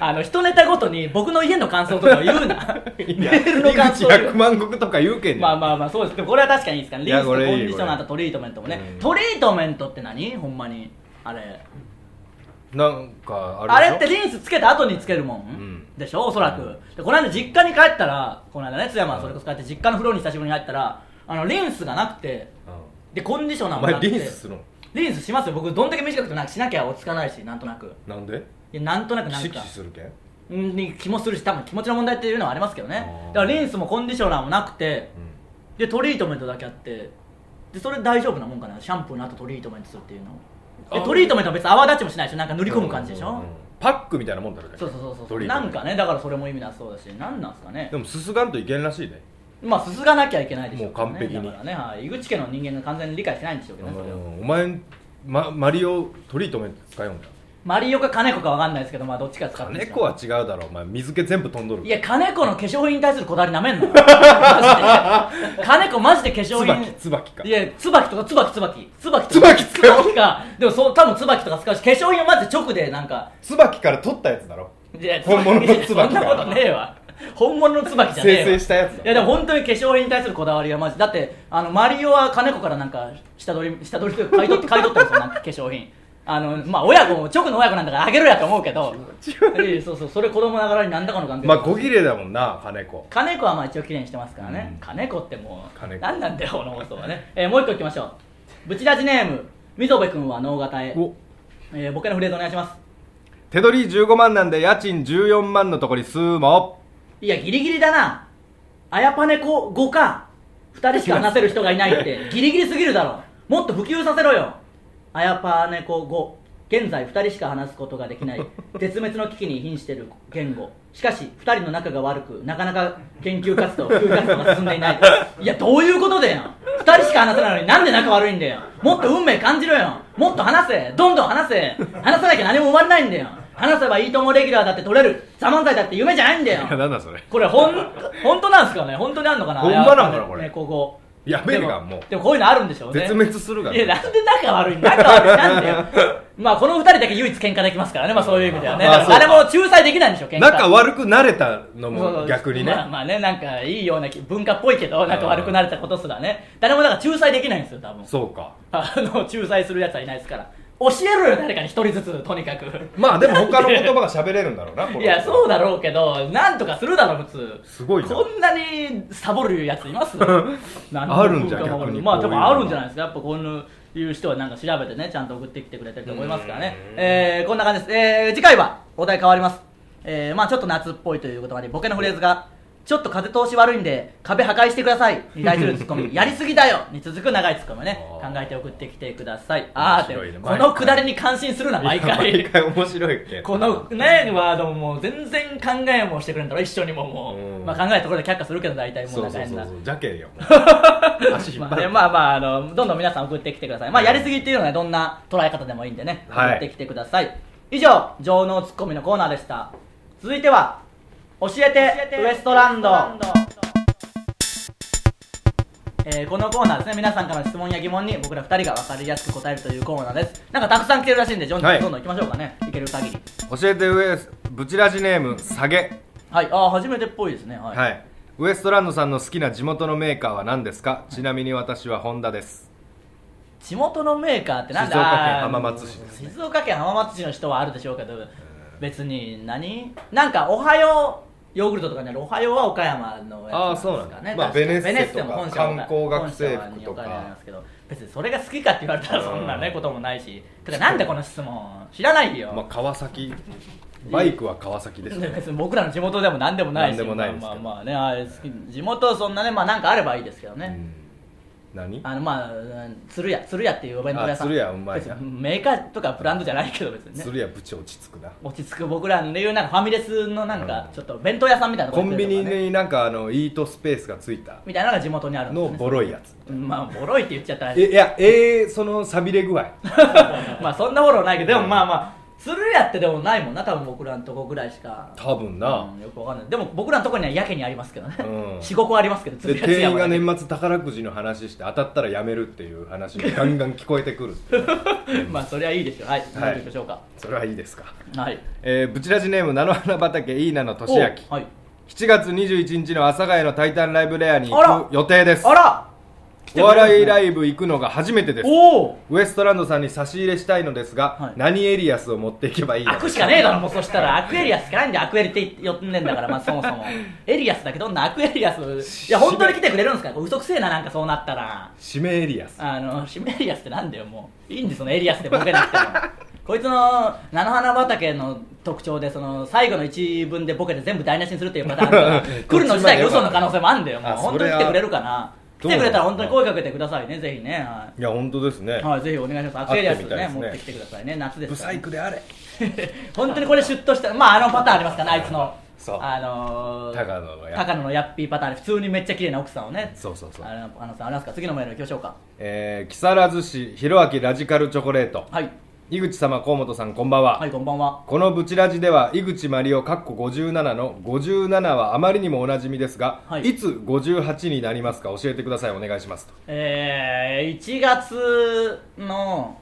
Speaker 1: あの一ネタごとに僕の家の感想とか言うなメ
Speaker 2: いや
Speaker 1: ールの
Speaker 2: 井
Speaker 1: 感
Speaker 2: 口
Speaker 1: 想言う
Speaker 2: 100万石とか言うけんねん
Speaker 1: まあまあまあそうですでもこれは確かにいいですから
Speaker 2: い
Speaker 1: リン
Speaker 2: や
Speaker 1: スとコン
Speaker 2: こ
Speaker 1: デ
Speaker 2: れいい
Speaker 1: ィショナーとトリートメントもね
Speaker 2: うん
Speaker 1: トリートメントって何ほんまにあれ
Speaker 2: なんか
Speaker 1: あ
Speaker 2: あ
Speaker 1: れ
Speaker 2: れ
Speaker 1: ってリンスつけた後につけるもん、
Speaker 2: ん
Speaker 1: でしょおそらく、でこの間実家に帰ったらこの間ね津山はそれこそ帰って実家の風呂に久しぶりに入ったらあのリンスがなくてでコンディショナー
Speaker 2: お
Speaker 1: もなく
Speaker 2: 前
Speaker 1: て
Speaker 2: リンスするの
Speaker 1: リンスしますよ僕どんだけ短くてもなんかしなきゃ落ち着かないしなんとなく
Speaker 2: なんで
Speaker 1: いやなんとなくなん
Speaker 2: キシキ
Speaker 1: か
Speaker 2: シするけん
Speaker 1: うんに気もするし多分気持ちの問題っていうのはありますけどね
Speaker 2: あー
Speaker 1: だからリンスもコンディショナーもなくてでトリートメントだけあってでそれ大丈夫なもんかなシャンプーの後トリートメントするっていうの
Speaker 2: あー
Speaker 1: でトリートメントは別に泡立ちもしないでしょなんか塗
Speaker 2: 塗
Speaker 1: り込む感じでしょ、
Speaker 2: パックみたいなもんだろ
Speaker 1: そうそうそうそ
Speaker 2: ド
Speaker 1: う
Speaker 2: リート
Speaker 1: なんかねだからそれも意味だそうだし何なんすかね
Speaker 2: でもすすがんといけんらしいね
Speaker 1: まあすすがなきゃいけないでしょからね
Speaker 2: もう完璧に
Speaker 1: だからね、はい、井口家の人間が完全に理解してないんでしょうけどねそれを
Speaker 2: うんお前まマリオトリートメント使いよんだ
Speaker 1: マリオか金子かわかんないですけどまあどっちか使って
Speaker 2: 猫は違うだろお前水気全部飛んどる
Speaker 1: いや金子の化粧品に対するこだわりなめ んなよマジで金子マジで化粧
Speaker 2: 椿
Speaker 1: 品
Speaker 2: 椿か
Speaker 1: いや椿とか椿椿椿とか
Speaker 2: 椿使う
Speaker 1: 椿かでもそう多分椿とか使うし化粧品はマジで直でなんか
Speaker 2: 椿から取ったやつだろ
Speaker 1: いや
Speaker 2: 本物の椿
Speaker 1: そんなことねえわ本物の椿じゃねえわ
Speaker 2: 生成したやつだ
Speaker 1: いやでも本当に化粧品に対するこだわりはマジだってあのマリオは金子からなんか下取り下取りというか買い取って買い取ってますよなんか化粧品あのまあ親子も直の親子なんだからあげろやと思うけ どいやそうそうそれ子供ながらに何らかの関係
Speaker 2: まあ小綺麗だもんな金子
Speaker 1: 金子はまあ一応綺麗にしてますからね、
Speaker 2: うん
Speaker 1: 金子ってもう
Speaker 2: 金子
Speaker 1: 何なんだよこの放送はね、えーもう一個いきましょうブチラジネーム溝部君は脳型へ、
Speaker 2: お
Speaker 1: えー、僕のフレーズお願いします
Speaker 2: 手取り15万なんで家賃14万のとこに住も
Speaker 1: いやギリギリだなあやぱねこ5か2人しか話せる人がいないってギリギリすぎるだろもっと普及させろよあやぱねこ5現在2人しか話すことができない絶滅の危機に瀕している言語しかし2人の仲が悪くなかなか研究活動普及活動が進んでいないいやどういうことだよ2人しか話せないのになんで仲悪いんだよもっと運命感じろよもっと話せどんどん話せ話さなきゃ何も生まれないんだよ話せばいいともレギュラーだって取れるザ・漫才だって夢じゃないんだ
Speaker 2: う
Speaker 1: よ
Speaker 2: いやなんだそれ
Speaker 1: これほん本当なんですかね本当にあんのかな
Speaker 2: ほんまなんかなこれ
Speaker 1: ねここ
Speaker 2: やめる
Speaker 1: で
Speaker 2: か
Speaker 1: も
Speaker 2: もう
Speaker 1: でもこういうのあるんでしょうね
Speaker 2: 絶滅するが
Speaker 1: いやなんで仲悪い仲悪いなんで よまあこの二人だけ唯一喧嘩できますからねまあそういう意味ではね
Speaker 2: あ
Speaker 1: だから
Speaker 2: そう
Speaker 1: 誰も仲裁できないんでしょ喧嘩
Speaker 2: 仲悪くなれたの
Speaker 1: そうそ
Speaker 2: も
Speaker 1: う
Speaker 2: 逆に
Speaker 1: まあ、
Speaker 2: ね
Speaker 1: まあねなんかいいような気文化っぽいけど仲悪くなれたことすらね誰もだから仲裁できないんですよ多分
Speaker 2: そうか
Speaker 1: あの仲裁するやつはいないですから教えろよ誰かに一人ずつとにかく
Speaker 2: まあでも他の言葉が喋れるんだろうなこの人
Speaker 1: いやそうだろうけどなんとかするだろ普通
Speaker 2: すごいな
Speaker 1: こんなにサボるやついますなんで
Speaker 2: あるんじゃん
Speaker 1: 文化も
Speaker 2: 逆に
Speaker 1: まあで
Speaker 2: こういう
Speaker 1: も
Speaker 2: の
Speaker 1: あるんじゃないですかやっぱこういう人はなんか調べてねちゃんと送ってきてくれてると思いますからね
Speaker 2: うん
Speaker 1: えーこんな感じです、えー次回はお題変わりますえーまあちょっと夏っぽいということもありボケのフレーズがちょっと風通し悪いんで壁破壊してくださいに対するツッコ ミやりすぎだよに続く長いツッコミをね考
Speaker 2: あー
Speaker 1: えて送ってきてくださいああっ
Speaker 2: 面
Speaker 1: て
Speaker 2: 白いね
Speaker 1: このくだりに感心するな毎
Speaker 2: いや
Speaker 1: 回
Speaker 2: 毎回面白いっけ
Speaker 1: このねワードももう全然考えもしてくれんだろ一緒にももう、
Speaker 2: うん
Speaker 1: まあ、考えたところで却下するけど大体もう
Speaker 2: そう
Speaker 1: 仲
Speaker 2: そう
Speaker 1: 変
Speaker 2: そ
Speaker 1: な
Speaker 2: うそうじゃけんよ もう足引っ張
Speaker 1: まあ
Speaker 2: る
Speaker 1: ね、まあまああのどんどん皆さん送ってきてくださいまあやりすぎっていうのはねどんな捉え方でもいいんでね送
Speaker 2: はい
Speaker 1: ってきてください、以上情能ツッコミのコーナーでした続いては教えてウエストランドえーこのコーナーですね皆さんからの質問や疑問に僕ら2人が分かりやすく答えるというコーナーですなんかたくさん来てるらしいんでジョンジ
Speaker 2: は
Speaker 1: ョ
Speaker 2: い
Speaker 1: ンどんどん行きましょうかね、い、ける限り
Speaker 2: 教えてウエスブチラジネーム下げ
Speaker 1: はいああ初めてっぽいですねはい、
Speaker 2: はいウエストランドさんの好きな地元のメーカーは何ですかちなみに私はホンダです
Speaker 1: 地元のメーカーってなんだ
Speaker 2: 静岡県浜松市ですね
Speaker 1: 静岡県浜松市の人はあるでしょうけど別に何なんかおはようヨーグルトとかにあるおはようは岡山の
Speaker 2: あ
Speaker 1: や
Speaker 2: ー
Speaker 1: つ
Speaker 2: そう
Speaker 1: で
Speaker 2: な
Speaker 1: す
Speaker 2: んだ
Speaker 1: かね
Speaker 2: まあ
Speaker 1: 確か
Speaker 2: ベネッセ
Speaker 1: ベネッセも本社は岡
Speaker 2: とか観光学生服とか
Speaker 1: 本社は岡山にありますけど別にそれが好きかって言われたらそんなね
Speaker 2: うん
Speaker 1: こともないしてかなんでこの質問知らないよ、
Speaker 2: まあ川崎バイクは川崎ですね
Speaker 1: 別に僕らの地元でも何でもないし
Speaker 2: 何でもないです
Speaker 1: まあ
Speaker 2: けど
Speaker 1: まあまあねあれ好き地元そんなねまあなんかあればいいですけどね、
Speaker 2: うん何
Speaker 1: あのまあうん鶴屋鶴屋っていうお弁当屋さん
Speaker 2: あ鶴屋うまいな
Speaker 1: 別にメーカーとかブランドじゃないけど別にね
Speaker 2: 鶴屋部長落ち着くな
Speaker 1: 落ち着く僕らでいうなんかファミレスのなんか
Speaker 2: うん
Speaker 1: ちょっと弁当屋さんみたいなと
Speaker 2: コ
Speaker 1: こ行
Speaker 2: ン
Speaker 1: って
Speaker 2: ビ
Speaker 1: るとか
Speaker 2: ニになんかあのイートスペースがついた
Speaker 1: みたいなのが地元にあるんです
Speaker 2: の
Speaker 1: よね
Speaker 2: ボロいやつ
Speaker 1: うんまあボロいって言っちゃったら
Speaker 2: えいやええそのさびれ具合
Speaker 1: まあそんなフォローないけどでもまあまあ鶴屋ってでもないもんな多分僕らのとこぐらいしか
Speaker 2: 多分な
Speaker 1: うん、よくわかんないでも僕らのとこにはやけにありますけどね、
Speaker 2: うん
Speaker 1: 45個ありますけど
Speaker 2: で
Speaker 1: 鶴屋鶴
Speaker 2: 店
Speaker 1: 屋
Speaker 2: 員
Speaker 1: は
Speaker 2: が
Speaker 1: ね
Speaker 2: 年末宝くじの話して当たったらやめるっていう話がガンガン聞こえ てくるっていう
Speaker 1: まあそりゃいいでしょはい何でしょうか
Speaker 2: それはいいですか
Speaker 1: はい
Speaker 2: えー、ブチラジネーム菜の花畑いいなのとしあき
Speaker 1: おはい
Speaker 2: 7月21日の阿佐ヶ谷の「タイタンライブレア」に
Speaker 1: あら
Speaker 2: 行く予定です
Speaker 1: あら来て
Speaker 2: お
Speaker 1: くれるんですね
Speaker 2: 笑いライブ行くのが初めてです
Speaker 1: おお
Speaker 2: ウエストランドさんに差し入れしたいのですが、
Speaker 1: はい
Speaker 2: 何エリアスを持っていけばいいの
Speaker 1: 開くしかねえだろもうそしたらアクエリアスしかないんでアクエリって呼んでんだからまあそもそ もエリアスだけどんなアクエリアスいや本当に来てくれるんですかこれ嘘くせえななんかそうなったら
Speaker 2: 指名エリアス
Speaker 1: あのシメエリアスってなんだよもういいんですそのエリアスでボケなく てもこいつの菜の花畑の特徴でその最後の一文でボケて全部台無しにするっていうパターン あるから来るの自体が嘘の可能性もあるんだよもう
Speaker 2: あ
Speaker 1: 本
Speaker 2: そ
Speaker 1: 当
Speaker 2: れ
Speaker 1: に
Speaker 2: は
Speaker 1: 来てくれるかな
Speaker 2: ど
Speaker 1: 来
Speaker 2: うな
Speaker 1: てく
Speaker 2: の
Speaker 1: れたら本当に声かけてくださいねぜひねはい
Speaker 2: や本当ですね、
Speaker 1: はい、ぜひお願いします。アクエリアスね
Speaker 2: 会ってみたいですね
Speaker 1: 持ってきてくださいね。夏です
Speaker 2: ブ
Speaker 1: から
Speaker 2: サ
Speaker 1: ね、
Speaker 2: イクであれ
Speaker 1: 本当にこれシュッとした、まああのパターンありますからね、あいつの。
Speaker 2: そう
Speaker 1: あのー、
Speaker 2: 高野のやっ
Speaker 1: 高野のヤッピーパターンで普通にめっちゃ綺麗な奥さんをね。
Speaker 2: そうそうそう
Speaker 1: あのあのさんありますか次のメール行きましょうか。
Speaker 2: えー、木更津市弘明ラジカルチョコレート
Speaker 1: はい。
Speaker 2: 井口様河本さんこんばんは、
Speaker 1: はい、こんばんは。
Speaker 2: このブチラジでは井口まりおかっこ57の57はあまりにもおなじみですが、
Speaker 1: はい
Speaker 2: い、つ58になりますか教えてくださいお願いしますと
Speaker 1: えー、1月の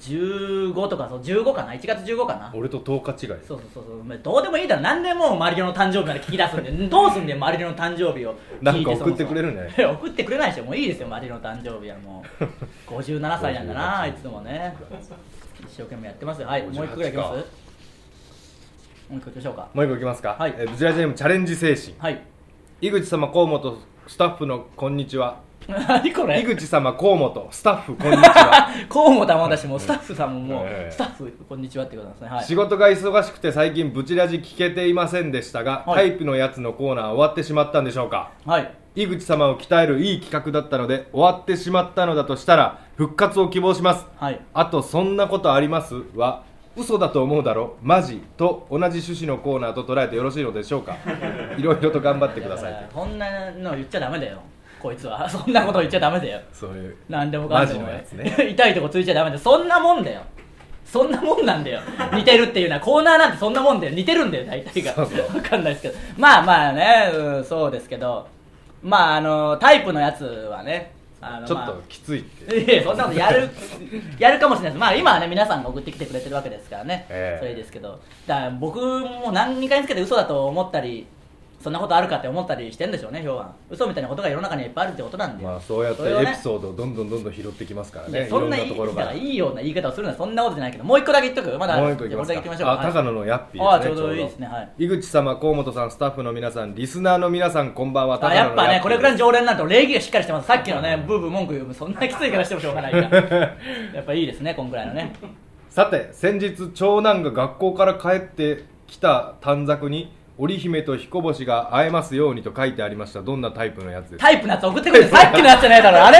Speaker 1: 15とか、そう、15かな ?1 月15かな
Speaker 2: 俺と10日違いです
Speaker 1: そうそうそうそうお前どうでもいいだろなんでもうマリオの誕生日まで聞き出すんでどうすんだよマリオの誕生日を 聞い
Speaker 2: なんか
Speaker 1: そ
Speaker 2: 送って
Speaker 1: もそも
Speaker 2: くれるんじゃない
Speaker 1: いや送ってくれないでしょもういいですよマリオの誕生 日はもう57歳なんだなあいつもね一生懸命やってますよはいもう一個ぐらいいきます
Speaker 2: 58か
Speaker 1: もう一個いきましょうか
Speaker 2: もう一個いきますか、
Speaker 1: はい
Speaker 2: えーブチラジネームチャレンジ精神
Speaker 1: はい
Speaker 2: 井口様河本スタッフのこんにちは
Speaker 1: 何こ
Speaker 2: 井
Speaker 1: れ
Speaker 2: 口様河本スタッフこんにちは
Speaker 1: こうもたまだしもうスタッフさんもも
Speaker 2: え
Speaker 1: う
Speaker 2: え
Speaker 1: スタッフこんにちはってことなんですねはい
Speaker 2: 仕事が忙しくて最近ブチラジ聞けていませんでしたが、
Speaker 1: はい
Speaker 2: タイプのやつのコーナー終わってしまったんでしょうか
Speaker 1: はい
Speaker 2: 井口様を鍛えるいい企画だったので終わってしまったのだとしたら復活を希望します
Speaker 1: はい
Speaker 2: あと「そんなことあります?」は嘘だと思うだろマジと同じ趣旨のコーナーと捉えてよろしいのでしょ うかいろいろと頑張ってください
Speaker 1: だか
Speaker 2: と
Speaker 1: らこんなの言っちゃダメだよこいつは そんなこと言っちゃダメだよ
Speaker 2: そういう
Speaker 1: なんでもかんでも、
Speaker 2: マジのやつ ね
Speaker 1: 痛いとこついちゃダメだよそんなもんだよそんなもんなん だよ似てるっていうのはコーナーなんてそんなもんだよ似てるんだよ大体が
Speaker 2: そうそう
Speaker 1: 分かんないですけどまあまあね、うん、そうですけどまああのタイプのやつはねあの
Speaker 2: ちょ
Speaker 1: ま
Speaker 2: っ
Speaker 1: あ
Speaker 2: ときついって
Speaker 1: いやいやそんなことや るやるかもしれないです、まあ、今はね皆さんが送ってきてくれてるわけですからね、
Speaker 2: ええ
Speaker 1: それですけどだから僕も何回につけて嘘だと思ったりそんなことあるかって思ったりしてんでしょうね今日は嘘みたいなことが世の中にはいっぱいあるってことなんで、
Speaker 2: まあそうやって
Speaker 1: れを
Speaker 2: エ
Speaker 1: ね
Speaker 2: ピソードをどんどんどんどん拾ってきますから
Speaker 1: いや
Speaker 2: ねい
Speaker 1: そ
Speaker 2: ろ
Speaker 1: ん
Speaker 2: ん
Speaker 1: な
Speaker 2: ない
Speaker 1: い
Speaker 2: ところ
Speaker 1: だか
Speaker 2: からら
Speaker 1: いいような言い方をするのはそんなことじゃないけどもう一個だけ言っとくまだ
Speaker 2: もう一個いき
Speaker 1: じゃあこ
Speaker 2: ま
Speaker 1: れだけいきますしょう
Speaker 2: か
Speaker 1: か
Speaker 2: あ高野のヤッピー
Speaker 1: あ
Speaker 2: ですね
Speaker 1: ちょうどいいですねはい
Speaker 2: 井口様河本さんスタッフの皆さんリスナーの皆さんこんばんは
Speaker 1: あやっぱねこれぐらいの
Speaker 2: 上
Speaker 1: 常連になると礼儀がしっかりしてますさっきのねブーブー文句言うそんなきついからしてもしょうがないからやっぱいいですねこんぐらいのね
Speaker 2: さて先日長男が学校から帰ってきた短冊に織姫と彦星が会えますようにと書いてありましたどんなタイプのやつですか
Speaker 1: タイプのやつ送ってくれてさっきのやつじゃねえだろあれ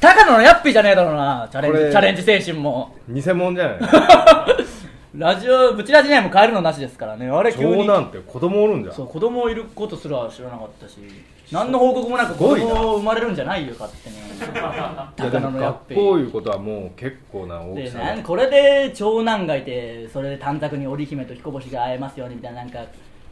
Speaker 1: 高野のヤッピーじゃねえだろうなチャレン
Speaker 2: こ
Speaker 1: ジ
Speaker 2: れ
Speaker 1: チャレンジ精神も
Speaker 2: 偽物じゃない
Speaker 1: ラジオブチラジネーム変えるのなしですからねあ れ急に
Speaker 2: 長男って子供おるんじゃん
Speaker 1: そう子供いることすら知らなかったし何の報告もなく子
Speaker 2: すごいな
Speaker 1: 供生まれるんじゃないよ勝手に
Speaker 2: いや
Speaker 1: 高
Speaker 2: で
Speaker 1: 野
Speaker 2: も
Speaker 1: のやっ
Speaker 2: 学
Speaker 1: ぺ
Speaker 2: 校いうことはもう結構な大
Speaker 1: で
Speaker 2: きさ
Speaker 1: なんこれで長男がいてそれで短冊に織姫と彦星が会えますようにみたいななんか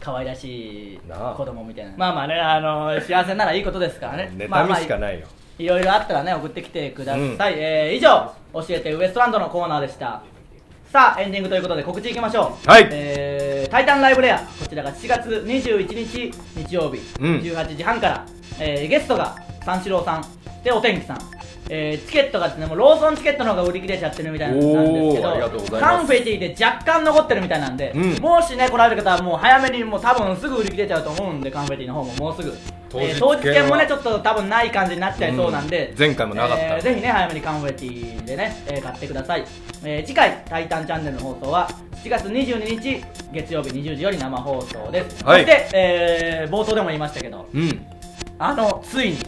Speaker 1: 可愛らしい
Speaker 2: なあ
Speaker 1: 子供みたいなまあまあねあの幸せならいいことですからねまあま
Speaker 2: 妬み
Speaker 1: あ
Speaker 2: しかないよ
Speaker 1: いろいろあったらね送ってきてください、
Speaker 2: うん
Speaker 1: えー以上教えてウエストランドのコーナーでしたさあエンディングということで告知いきましょう
Speaker 2: はい
Speaker 1: えータイタンライブレア」こちらが7月21日日曜日、
Speaker 2: うん
Speaker 1: 18時半から、えーゲストが三四郎さんでお天気さんえーチケットがですねもうローソンチケットの方が売り切れちゃってるみたいなんですけ
Speaker 2: おーありがと
Speaker 1: ど
Speaker 2: うございます
Speaker 1: カンフェティで若干残ってるみたいなんで、
Speaker 2: うん
Speaker 1: もしね来られる方はもう早めにもう多分すぐ売り切れちゃうと思うんでカンフェティの方ももうすぐ
Speaker 2: 当日
Speaker 1: えー当日券もね
Speaker 2: 券は
Speaker 1: ちょっと多分ない感じになっちゃいそうなんで、
Speaker 2: うん前回もなかった
Speaker 1: えーぜひね早めにカンフェティでね、えー買ってください、えー次回「タイタンチャンネル」の放送は7月22日月曜日20時より生放送です、
Speaker 2: はい
Speaker 1: そして、えー冒頭でも言いましたけど
Speaker 2: うん
Speaker 1: あのついに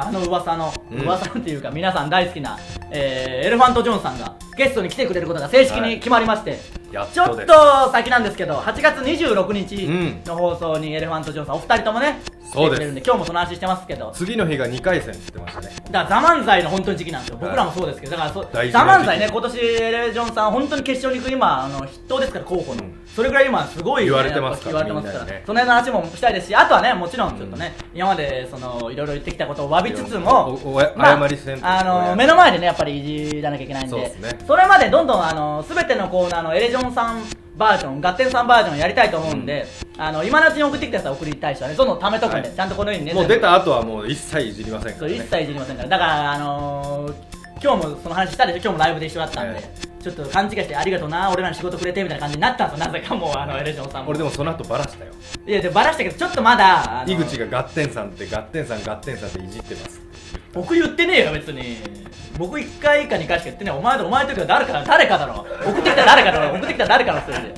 Speaker 1: あの噂の、
Speaker 2: うん
Speaker 1: 噂っていうか皆さん大好きな、えーエレファント・ジョンさんがゲストに来てくれることが正式に決まりまして、
Speaker 2: やっ
Speaker 1: ちょっ
Speaker 2: とです
Speaker 1: と先なんですけど8月26日
Speaker 2: ん
Speaker 1: の放送にエレファント・ジョンさんお二人ともね
Speaker 2: そう
Speaker 1: 来て
Speaker 2: です
Speaker 1: くれるんで今日もその話してますけど
Speaker 2: 次の日が2回戦って言ってましたね
Speaker 1: だから「ザ漫才の本当に時期なんですよ僕らもそうですけどだからそう「ザ
Speaker 2: 大事な時期
Speaker 1: 漫才ね今年エレジョンさん本当に決勝に行く今あの筆頭ですから候補の、
Speaker 2: うん
Speaker 1: それぐらい今すごい、
Speaker 2: 言われてますから
Speaker 1: やっぱ言われてますから
Speaker 2: みんなにね
Speaker 1: その辺の話もしたいですしあとはねもちろんちょっとね、今までそのいろいろ言ってきたことを詫びつつも
Speaker 2: おおお
Speaker 1: まあ
Speaker 2: 謝りせんと
Speaker 1: あの目の前でねやっぱりいじらなきゃいけないんで
Speaker 2: そうですね
Speaker 1: それまでどんどんあの全てのコーナーのエレジョンさんバージョンガッテンさんバージョンやりたいと思うんで、あの今のうちに送ってきたやつは送りたい人はねどんどん貯めとくんで、
Speaker 2: はい
Speaker 1: ちゃんとこのようにね
Speaker 2: もう出た後はもう一切いじりませんか
Speaker 1: そ
Speaker 2: ら
Speaker 1: う
Speaker 2: ね
Speaker 1: 一切いじりませんからだからあのー今日もその話したでしょ今日もライブで一緒だったんで、
Speaker 2: え
Speaker 1: ちょっと勘違いしてありがとうな俺らに仕事くれてみたいな感じになったんですよなぜかもうあのエレジョンさんも
Speaker 2: 俺でもその後バラしたよ
Speaker 1: いやでもバラしたけどちょっとまだあの
Speaker 2: 井口がガッテンさんってガッテンさんガッテンさんっていじってます
Speaker 1: 僕言ってねえよ別に僕1回か2回しか言ってねえお前だお前の時は誰か誰かだろ送ってきた誰かだろ送ってきた誰かのせいで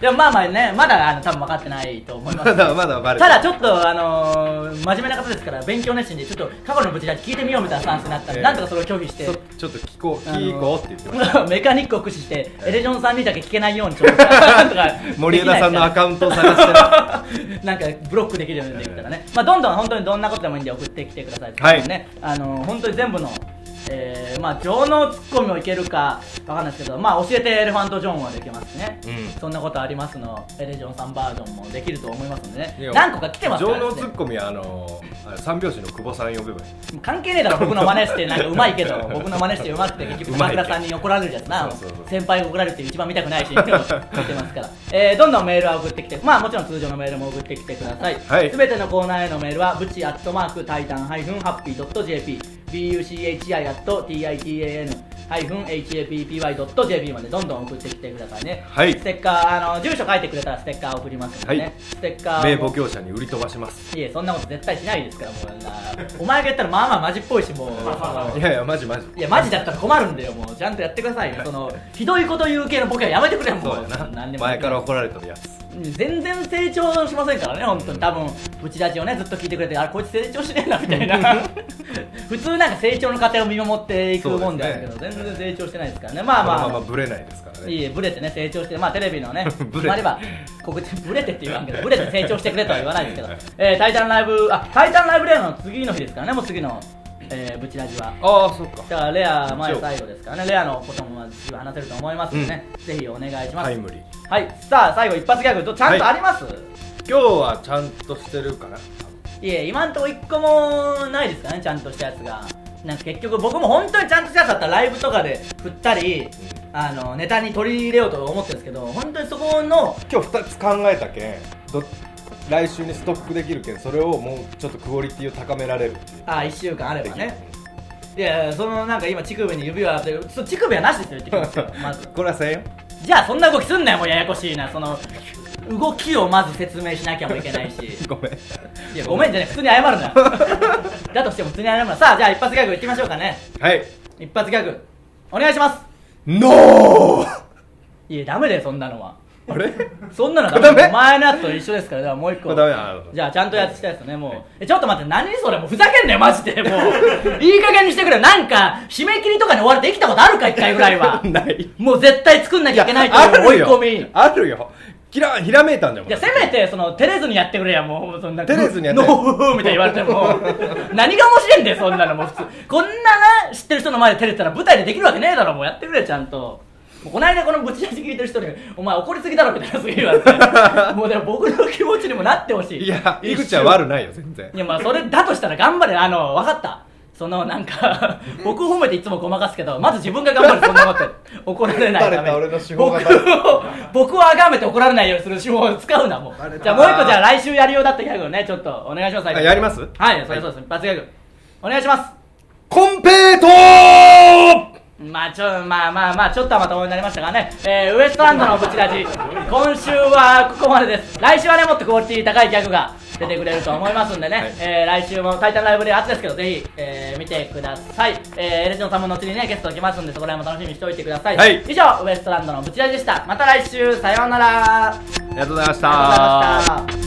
Speaker 1: でもまあまあねまだあの多分分かってないと思い ます
Speaker 2: まだまだバレて
Speaker 1: ただ
Speaker 2: る
Speaker 1: ちょっとあのー真面目な方ですから勉強熱心でちょっと過去のブチラジ聞いてみようみたいなスタンスになったんで、
Speaker 2: ええ
Speaker 1: なんとかそれを拒否して
Speaker 2: そちょっと聞こう
Speaker 1: あの
Speaker 2: 聞こうって言ってました
Speaker 1: メカニックを駆使してエレジョンさんにだけ聞けないようにちょっと なんとか
Speaker 2: 森枝さんのア
Speaker 1: ウン
Speaker 2: カウントを探してます
Speaker 1: ト なんかブロックできるようにできたらね、まあ、どんどん本当にどんなことでもいいんで送ってきてください、
Speaker 2: はい
Speaker 1: ね、あの本当に全部の、えーまあ、情能ツッコミもいけるかわかんないですけど、まあ、教えてエレファントジョーンはできますね、
Speaker 2: うん
Speaker 1: そんなことありますのエレジョンさんバージョンもできると思いますんで
Speaker 2: い
Speaker 1: ね
Speaker 2: や
Speaker 1: 何個か来てますから
Speaker 2: 情
Speaker 1: ね
Speaker 2: 能ツッコミはあのあれ三拍子の久保さん呼べばいい
Speaker 1: 関係ねえ だろ僕の真似してなんかうまいけど僕の真似してうまくて結局
Speaker 2: うま
Speaker 1: 熊
Speaker 2: いけど
Speaker 1: 倉さんに怒られるやつな
Speaker 2: そうそうそう
Speaker 1: 先輩が怒られるっていう一番見たくないしいつも言ってますから、えーどんどんメールは送ってきてまあもちろん通常のメールも送ってきてください、
Speaker 2: はい
Speaker 1: すべてのコーナーへのメールはぶちアットマークタイタンハイフンハッピードット JP buchi アット titan ハイフン happy ドット JP までどんどん送ってきてくださいね
Speaker 2: はい
Speaker 1: ステッカーあの住所書いてくれたらステッカー送りますのでね、
Speaker 2: はい
Speaker 1: ステッカーも
Speaker 2: 名簿業者に売り飛ばします
Speaker 1: いえそんなこと絶対しないですからもうなお前がやったらまあまあマジっぽいしもう
Speaker 2: いやいやマジマジ
Speaker 1: いやマジだったら困るんだよもうちゃんとやってくださいよそのひどいこと言う系のボケはやめてくれよも
Speaker 2: そう
Speaker 1: う
Speaker 2: や
Speaker 1: 何
Speaker 2: な
Speaker 1: でも
Speaker 2: 前から怒られてるやつ
Speaker 1: 全然成長しませんからね本当に多分ブチラジをねずっと聞いてくれてあこいつ成長しねえなみたい な普通なんか成長の過程を見守っていくもんであるけど、
Speaker 2: そうですね
Speaker 1: 全然成長してないですからねまあ
Speaker 2: この
Speaker 1: まあ
Speaker 2: ままブレないですからね
Speaker 1: いいえブレてね成長してまあテレビのね
Speaker 2: ブレて
Speaker 1: 決まれば告知ブレてって言わんけどブレて成長してくれとは言わないですけど
Speaker 2: はい
Speaker 1: 「えータイタンライブ」あ「タイタンライブレア」の次の日ですからねもう次の、えーブチラジは
Speaker 2: ああそっか
Speaker 1: だからレア前
Speaker 2: 一応
Speaker 1: 最後ですからねレアのことも次は話せると思いますのでね、ぜひお願いします
Speaker 2: タ
Speaker 1: は
Speaker 2: イ
Speaker 1: い、
Speaker 2: ムリー
Speaker 1: さあ最後一発ギャグどちゃんとあります、
Speaker 2: 今日はちゃんとしてるかない
Speaker 1: え今んとこ一個もないですからねちゃんとしたやつがなんか結局僕も本当にちゃんとしたやつだったらライブとかで振ったり、あのネタに取り入れようと思ってるんですけど本当にそこの
Speaker 2: 今日2つ考えたけんど来週にストックできるけんそれをもうちょっとクオリティを高められるっていう
Speaker 1: あ1週間あれば
Speaker 2: でき
Speaker 1: ね
Speaker 2: る
Speaker 1: いやいやそのなんか今乳首に指輪ってそう乳首はなしですよって言ってますよま ず
Speaker 2: これはせんよ
Speaker 1: じゃあそんな動きすんなよもうややこしいなその動きをまず説明しなきゃもいけ ないし
Speaker 2: ごめん
Speaker 1: いやごめんじゃね普通に謝るな だとしても普通に謝るなさあじゃあ一発ギャグいきましょうかね
Speaker 2: はい
Speaker 1: 一発ギャグお願いします
Speaker 2: ノー
Speaker 1: いやダメだよそんなのは
Speaker 2: あれ
Speaker 1: そんなの
Speaker 2: こ
Speaker 1: ダ
Speaker 2: れ
Speaker 1: メだよ
Speaker 2: ダメ
Speaker 1: お前のやつと一緒ですからではもう一
Speaker 2: こ
Speaker 1: 個
Speaker 2: れダメなの
Speaker 1: じゃあちゃんとやってたやつねもうえちょっと待って何それもうふざけんなよマジでも ういい加減にしてくれよなんか締め切りとかに追われて生きたことあるか一回ぐらいは
Speaker 2: ない
Speaker 1: もう絶対作んなきゃいけないと
Speaker 2: ある
Speaker 1: いう追
Speaker 2: よ
Speaker 1: い込み
Speaker 2: あるよひらひらめいたんじゃん
Speaker 1: じゃあせめてその照れずにやってくれやもうそんな
Speaker 2: 照れずにやって
Speaker 1: ノーフーみたいに言われても何が面白いんだよそんなのもう普通こんなな知ってる人の前で照れてたら舞台でできるわけねえだろもうやってくれちゃんともうこの間このぶち出し聞いてる人に「お前怒りすぎだろ」みたいなすげえ言われ てもうでも僕の気持ちにもなってほしい
Speaker 2: いや井口は悪ないよ全然
Speaker 1: いやまあそれだとしたら頑張れあの分かったそのなん か僕を褒めていつもごまかすけどまず自分が頑張るそんなこと怒られないために
Speaker 2: バレた俺の手法が
Speaker 1: 僕を僕を崇めて怒られないようにする手法を使うなもう
Speaker 2: バレた
Speaker 1: じゃあもう一個じゃあ来週やるようだったギャグをねちょっとお願いします最後
Speaker 2: あやります
Speaker 1: はいそれそうです、一発ギャグお願いします
Speaker 2: コンペイトー
Speaker 1: まあちょまあまあまあちょっとはまともになりましたがね、えーウエストランドのブチラジ今週はここまでです来週はねもっとクオリティ高いギャグが出てくれると思いますんでね、
Speaker 2: はい
Speaker 1: えー来週も「タイタンライブ」で後ですけどぜひ、えー見てください、えーエレジョンさんも後にねゲスト来ますんでそこら辺も楽しみにしておいてください、
Speaker 2: はい
Speaker 1: 以上ウエストランドのブチラジでしたまた来週さようならありがとう
Speaker 2: ありがとうございました
Speaker 1: ございました